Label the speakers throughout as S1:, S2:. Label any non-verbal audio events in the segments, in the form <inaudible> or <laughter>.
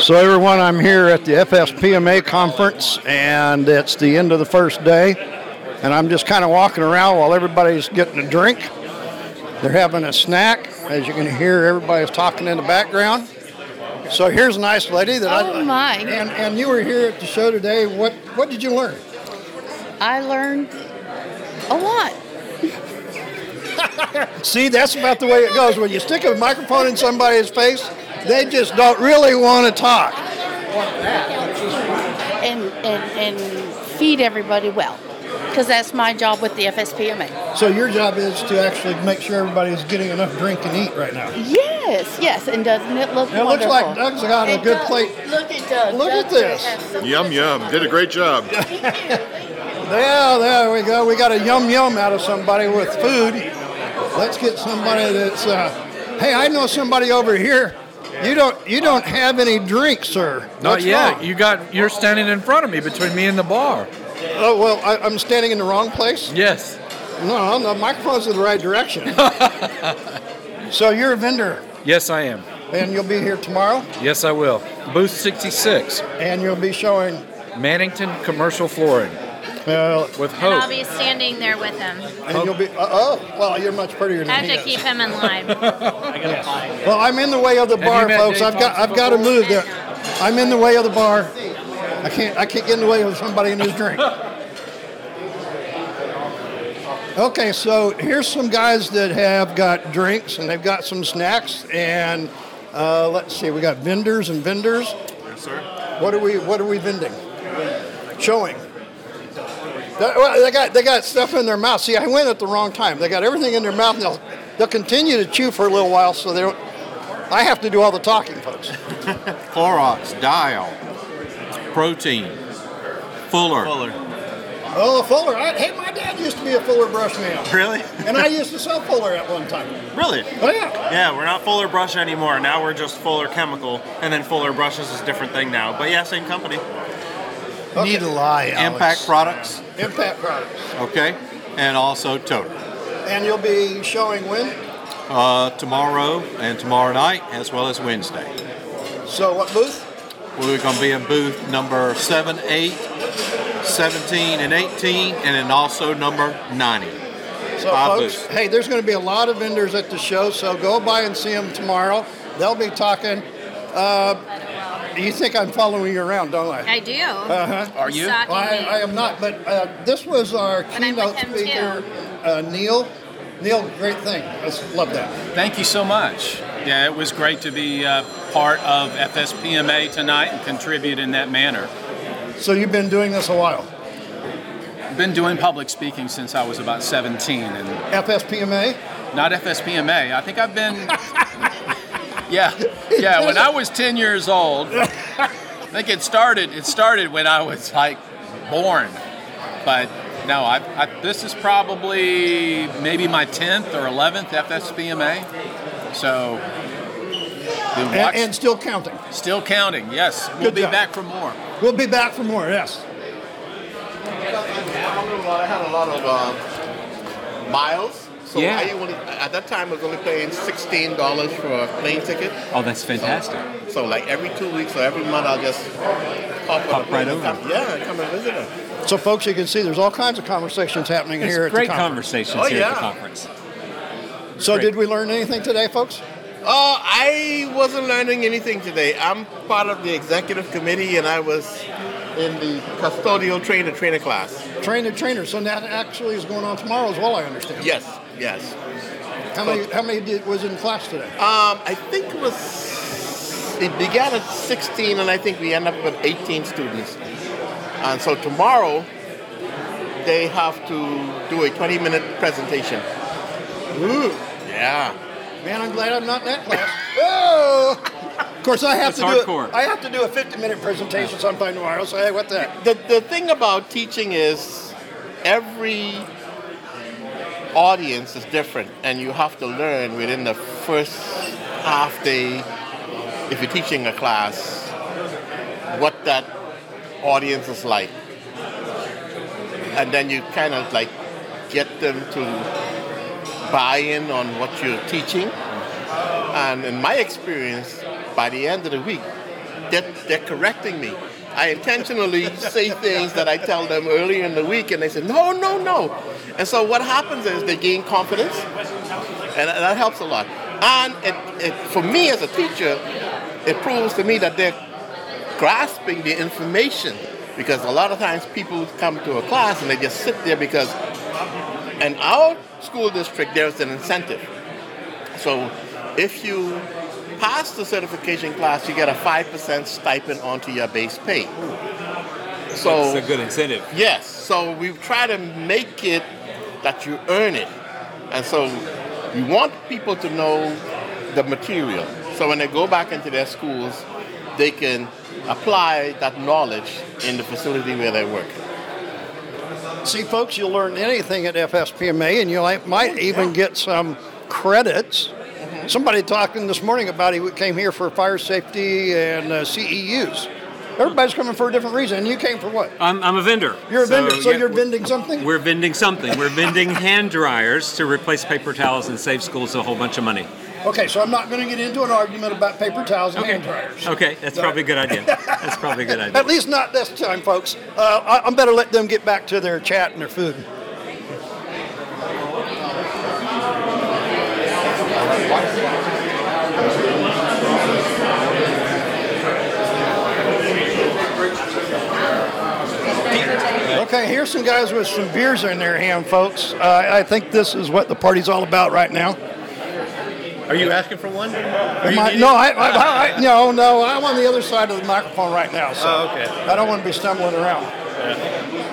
S1: So, everyone, I'm here at the FSPMA conference, and it's the end of the first day. And I'm just kind of walking around while everybody's getting a drink. They're having a snack. As you can hear, everybody's talking in the background. So, here's a nice lady that I.
S2: Oh my!
S1: And, and you were here at the show today. What, what did you learn?
S2: I learned a lot.
S1: See, that's about the way it goes. When you stick a microphone in somebody's face, they just don't really want to talk.
S2: and and, and feed everybody well, because that's my job with the FSPMA.
S1: So your job is to actually make sure everybody's getting enough drink and eat right now.
S2: Yes, yes, and doesn't it look
S1: It looks
S2: wonderful?
S1: like Doug's got a
S2: It
S1: good
S2: does.
S1: plate.
S2: Look at Doug.
S1: Look at
S2: Doug
S1: this.
S2: has so
S3: Yum
S2: much-
S3: yum. Did a great job.
S1: There, there we go. We got a yum yum out of somebody with food. Let's get somebody that's. Uh, hey, I know somebody over here. You don't. You don't have any drink, sir.
S4: Not
S1: What's
S4: yet.
S1: wrong?
S4: You got you're standing in front of me between me and the bar.
S1: Oh well, I, I'm standing in the wrong place.
S4: Yes.
S1: No, no, the microphone's in the
S4: <laughs>
S1: right direction. so you're a vendor,
S4: Yes, I am.
S1: and you'll be here tomorrow,
S4: Yes, I will. Booth 66,
S1: and you'll be showing.
S4: Mannington Commercial Flooring
S1: Well,
S4: with
S5: And I'll
S4: Hope.
S5: be standing there with him.
S1: and you'll be. Uh, oh, well, you're much prettier
S5: I
S1: than
S5: have
S1: he
S5: to
S1: is.
S5: keep him in line.
S1: Well, I'm in the way of the
S4: you
S1: bar,
S4: met
S1: folks.
S4: Dave
S1: I've got.
S4: Thompson
S1: I've got to move there. I'm in the way of the bar. I can't. I can't get in the way of somebody in his drink. <laughs> Okay, so here's some guys that have got drinks and they've got some snacks and uh, let's see, we got vendors and vendors.
S3: Yes, sir.
S1: What are we? What are we vending? Showing. That- well, they got they got stuff in their mouth. See, I went at the wrong time. They got everything in their mouth. And they'll they'll continue to chew for a little while, so they don't. I have to do all the talking, folks.
S6: Clorox, Dial, Protein, Fuller.
S1: Oh, Fuller! I, hey, my dad used to be a Fuller brush man,
S6: Really?
S1: and I used to sell Fuller at one time.
S6: Really?
S1: Oh yeah.
S6: Yeah, we're not Fuller Brush anymore. Now we're just Fuller Chemical, and then Fuller Brushes is a different thing now. But yeah, same company.
S1: Need a lie,
S6: Impact Products,
S1: Impact products.
S6: okay, and also Total.
S1: And you'll be showing when?
S6: Uh, tomorrow and tomorrow night, as well as Wednesday.
S1: So what booth?
S6: We're going to be in booth number 7, 8, 17, and 18, and then also number 90.
S1: So,
S6: Five
S1: folks,
S6: booths.
S1: hey, there's going to be a lot of vendors at the show, so go by and see them tomorrow. They'll be talking. Uh, you think I'm following you around, don't I?
S5: I do. Uh-huh. Are you?
S1: Well, I, I am not, but uh, this was our
S5: I'm with
S1: keynote
S5: him, too.
S1: speaker, uh, Neil. Neil, great thing. I s- love that.
S7: Thank you so much. Yeah, it was great to be uh, part of FSPMA tonight and contribute in that manner.
S1: So you've been doing this a while.
S7: Been doing public speaking since I was about 17, and
S1: FSPMA.
S7: not FSPMA. I think I've been. yeah, yeah. When I was 10 years old, I think it started. It started when I was like born, but no, I, I, this is probably maybe my 10th or 11th FSPMA. So. been
S1: And,
S7: watching-
S1: and still counting.
S7: Still counting, yes. We'll
S1: Good
S7: be
S1: job.
S7: back for more.
S1: We'll be back for more. Yes.
S8: I had a lot of uh, miles. So
S7: Yeah.
S8: I only, at that time, I was only paying $16 for a plane ticket.
S7: Oh, that's fantastic.
S8: So, like every two weeks or every month, I'll just pop, on a
S6: Pop
S8: plane
S6: right
S8: and
S6: over.
S8: come- Yeah, and come and visit them.
S1: So, folks, you can see there's all kinds of conversations happening here at the conference.
S6: conversations
S8: Oh, here at the yeah.
S6: conference.
S1: so,
S6: great.
S1: did we learn anything today, folks?
S8: Uh, I wasn't learning anything today. I'm part of the executive committee and I was in the custodial trainer trainer class.
S1: Train the trainer. So that actually is going on tomorrow as well. I understand.
S8: Yes, yes.
S1: How many? How many did, was in class today?
S8: Um, I think it was. It began at 16, and I think we end up with 18 students. And so tomorrow, they have to do a 20-minute presentation.
S1: Ooh,
S8: Yeah.
S1: man, I'm glad I'm not in that
S3: <laughs>
S1: class. Oh. Of course, I have
S6: It's
S1: to do.
S6: hardcore.
S1: A, I have to do a 50-minute presentation sometime tomorrow. So, hey, what the? heck?
S8: The the thing about teaching is every audience is different, and you have to learn within the first half day if you're teaching a class what that audience is like. and then you kind of like get them to buy in on what you're teaching. And in my experience, by the end of the week, they're, they're correcting me. I intentionally say things that I tell them earlier in the week, and they say, no, no, no. And so what happens is they gain confidence, and that- that helps a lot. And it, it, for me as a teacher, it proves to me that they're grasping the information because a lot of times people come to a class and they just sit there because in our school district there's an incentive. So if you pass the certification class, you get a 5% stipend onto your base pay. So
S3: It's a good incentive.
S8: Yes. So we try to make it that you earn it. And so we want people to know the material. So when they go back into their schools, they can apply that knowledge in the facility where they work.
S1: See, folks, you'll learn anything at FSPMA, and you li- might even get some credits.
S3: Mm-hmm.
S1: Somebody talking this morning about he came here for fire safety and uh, CEUs. Everybody's coming for a different reason, and you came for what?
S3: I'm, I'm a vendor.
S1: You're a vendor, so
S3: yeah,
S1: you're
S3: we're-
S1: vending something.
S3: We're vending something. We're vending hand dryers to replace paper towels and save schools a whole bunch of money.
S1: Okay, so I'm not going to get into an argument about paper towels and hand dryers.
S3: Okay, that's probably a good idea. That's probably a good idea.
S1: At least not this time, folks. Uh, I, I better let them get back to their chat and their food. Okay, here's some guys with some beers in their hand, folks. Uh, I think this is what the party's all about right now.
S6: Are you asking for one? Are
S1: Am
S6: you
S1: I-
S6: needing-
S1: no, I,
S6: <laughs>
S1: I, I, no, no, I'm on the other side of the microphone right now, so
S6: Oh, okay.
S1: I don't want to be stumbling around.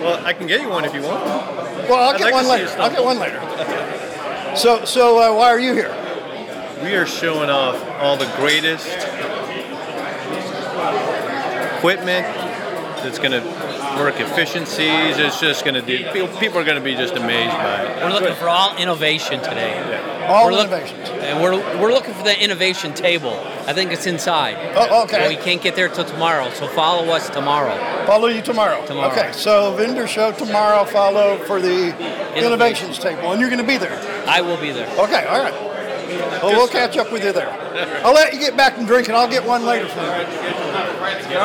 S6: Well, I can get you one if you want.
S1: Well, I'll
S6: I'd
S1: get
S6: like to
S1: one
S6: see
S1: later.
S6: your
S1: I'll get one later. So, so uh, why are you here?
S6: We are showing off all the greatest equipment that's going to work efficiencies. It's just going to do. pe- People are going to be just amazed by it.
S9: We're looking for all innovation today.
S1: All
S9: We're look-
S1: innovations.
S9: And we're, we're looking for the innovation table. I think it's inside.
S1: Oh,
S9: And
S1: okay.
S9: we can't get there till tomorrow, so follow us tomorrow.
S1: Follow you tomorrow.
S9: Tomorrow.
S1: Okay. So vendor show tomorrow. Follow for the innovations table, and you're going to be there.
S9: I will be there.
S1: Okay. All right. Well, we'll catch up with you there. I'll let you get back and drink, and I'll get one later for you.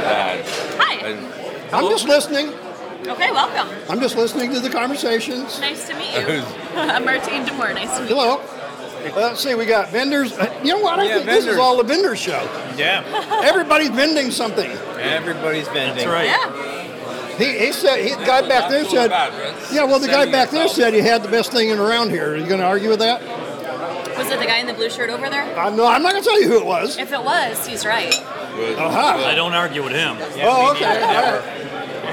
S5: Hi.
S1: I'm just listening.
S5: Okay, welcome.
S1: I'm just listening to the conversations.
S5: Nice to meet
S3: <laughs>
S5: you. I'm Martine Demore. Nice to meet you.
S1: Hello. Well, Let's see, we got vendors. Uh, You know what? I
S10: Yeah,
S1: think this is
S10: vendors.
S1: all a vendor show.
S10: Yeah,
S1: Everybody's vending something.
S10: everybody's
S3: That's
S10: vending.
S3: right.
S5: Yeah.
S1: He, he said, he, the guy back there said, yeah, well, the guy back there said he had the best thing in around here. Are you going to argue with that?
S5: Was it the guy in the blue shirt over there?
S1: I'm not, I'm not going to tell you who it was.
S5: If it was, he's right.
S1: Aha.
S3: I don't argue with him.
S1: Oh, okay. all right.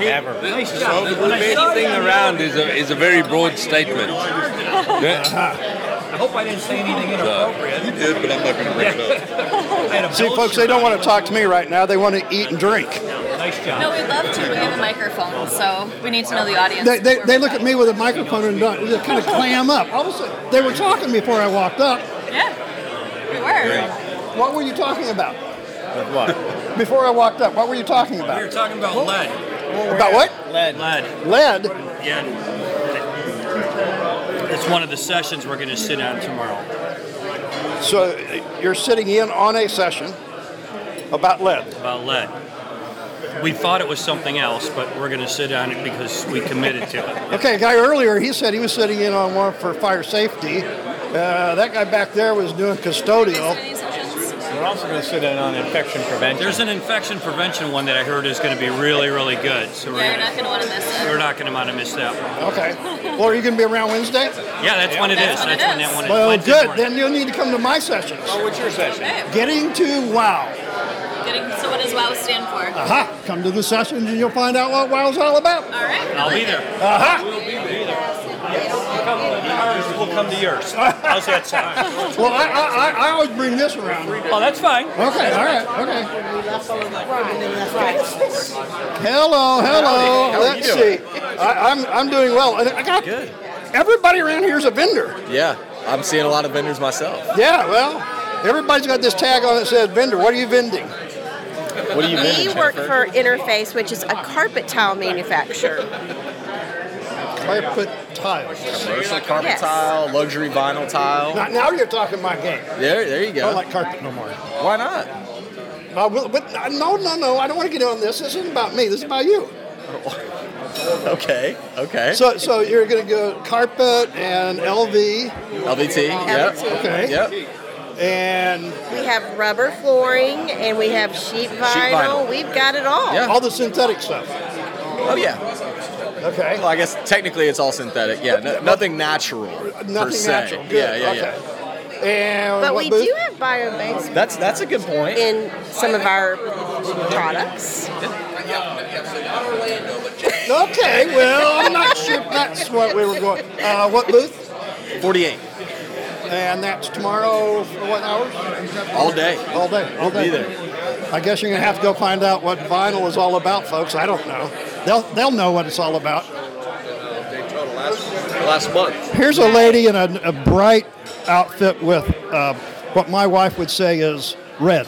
S10: Ever. Anything around is a, is a very broad statement.
S1: Uh-huh.
S9: I hope I didn't say anything inappropriate.
S6: You did, but I'm not going to bring it up.
S1: See, folks, they don't want to talk to me right now. They want to eat and drink.
S3: Nice job.
S5: No, we'd love to. We have a microphone, so we need to know the audience.
S1: They, they,
S5: before
S1: they
S5: we
S1: look at
S5: go.
S1: me with a microphone and don't, they kind of clam up. All of a sudden, they were talking before I walked up.
S5: Yeah. We were.
S1: What were you talking about? What? Before I walked up, what were you talking
S10: We were
S1: about?
S10: talking about lead.
S1: About what?
S10: Lead.
S3: Lad,
S1: Lead.
S3: yeah. It's one of the sessions we're going to sit on tomorrow
S1: So you're sitting in on a session about lead.
S3: about lead. We thought it was something else, but we're going to sit on it because we committed to it.
S1: Okay, a guy earlier, he said he was sitting in on one for fire safety. Uh, that guy back there was doing custodial.
S5: Any sessions?
S10: We're also going to sit in on infection prevention.
S3: There's an infection prevention one that I heard is going to be really, really good. So we're
S5: Yeah, you're
S3: going
S5: not
S3: to.
S5: going to want to miss it.
S3: We're not going to want to miss that one.
S1: Okay. Well, are you going to be around Wednesday?
S3: Yeah, that's when it is. That's
S5: That's when
S3: when
S5: it is.
S3: that one is.
S1: Well,
S3: Wednesday
S1: good.
S3: morning.
S1: Then you'll need to come to my sessions.
S10: Oh, what's your session?
S5: Okay.
S1: Getting to WOW.
S5: Getting, so what does WOW stand
S3: Uh,
S5: for?
S1: Aha! Come to the sessions and you'll find out what WOW's all about.
S5: All right.
S3: I'll be there.
S1: Aha!
S3: We'll come to yours. How's that sound?
S1: Well, I, I, I- I always bring this around. Okay,
S3: Oh, that's fine.
S1: all right, okay. Hello, hello. Let's see. I, I'm, I'm doing well. And I got,
S11: Good.
S1: everybody around here is a vendor.
S11: Yeah, I'm seeing a lot of vendors myself.
S1: Yeah, well, everybody's got this tag on that says vendor. What are you vending?
S11: What are you vending,
S12: We work
S11: Jennifer?
S12: for Interface, which is a carpet towel manufacturer.
S1: Carpet tiles.
S7: Commercial carpet
S1: Yes.
S7: tile, luxury vinyl tile.
S1: Now, now you're talking my game.
S7: There, there you go.
S1: I don't Oh, like carpet no more.
S7: Why not?
S1: Uh, well, but, uh, no, no, no. I don't want to get on this. This isn't about me. This is about you.
S7: okay, okay.
S1: So, so you're going to go carpet and LV.
S7: LVT, yep.
S5: LVT.
S1: Okay.
S7: Yep.
S1: And
S5: We have rubber flooring and we have sheet vinyl.
S7: vinyl.
S5: We've got it all.
S1: all the synthetic stuff.
S7: Oh yeah.
S1: Okay.
S7: Well, I guess technically it's all synthetic. Yeah, no, nothing natural. Nothing per se.
S1: natural, good,
S7: Yeah, yeah,
S1: okay.
S7: yeah.
S1: And
S5: But
S1: what
S5: we
S1: booth?
S5: do have biobanks
S7: That's that's a good point.
S5: in some of our products.
S1: <laughs> Okay, well, I'm not sure if that's what we were going. Uh, what booth?
S7: 48.
S1: And that's tomorrow for what hours?
S7: All day.
S1: All day. All
S7: We'll
S1: day.
S7: be there.
S1: I guess you're gonna have to go find out what vinyl is all about, folks. I don't know. They'll they'll know what it's all about.
S7: Last month.
S1: Here's a lady in a, a bright outfit with uh, what my wife would say is red.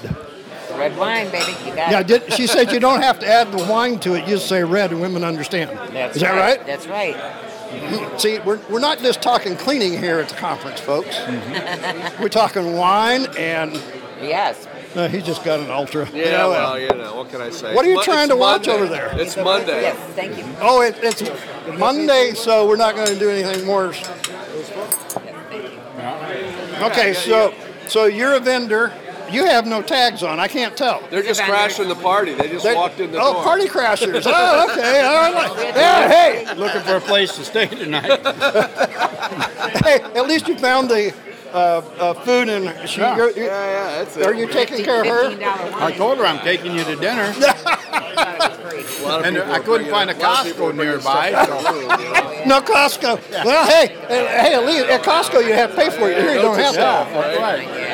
S13: Red wine, baby. You got
S1: Yeah,
S13: it.
S1: did, she said you don't have to add the wine to it. You just say red, and women understand.
S13: That's
S1: is that right?
S13: That's right.
S1: See, we're, we're not just talking cleaning here at the conference, folks.
S14: Mm-hmm.
S1: We're talking wine and.
S13: Yes.
S1: No, he just got an ultra.
S14: Yeah,
S1: You know,
S14: well,
S1: uh,
S14: you know, what can I say?
S1: What are you
S14: It's
S1: trying to watch
S14: Monday.
S1: over there?
S14: It's Monday.
S13: Yes, thank you.
S1: Oh, it, it's Monday, so we're not going to do anything more. Okay, so so you're a vendor. You have no tags on. I can't tell.
S14: They're just crashing the party. They just
S1: They-
S14: walked in the
S1: oh,
S14: door.
S1: party
S15: <laughs>
S1: crashers. Oh, okay. All right. Yeah, hey.
S15: Looking for a place to stay tonight.
S1: <laughs> hey, at least you found the uh, uh, food and she.
S15: Yeah.
S1: you're- you're-
S14: yeah, that's it.
S1: Are you taking care of
S14: <laughs>
S1: her?
S15: I told her I'm taking you to <laughs> dinner. And I couldn't find a Costco nearby. so-
S1: No Costco. Well, hey, hey, at least at Costco you have to pay for it. Here you don't have to.
S15: Yeah, that's right.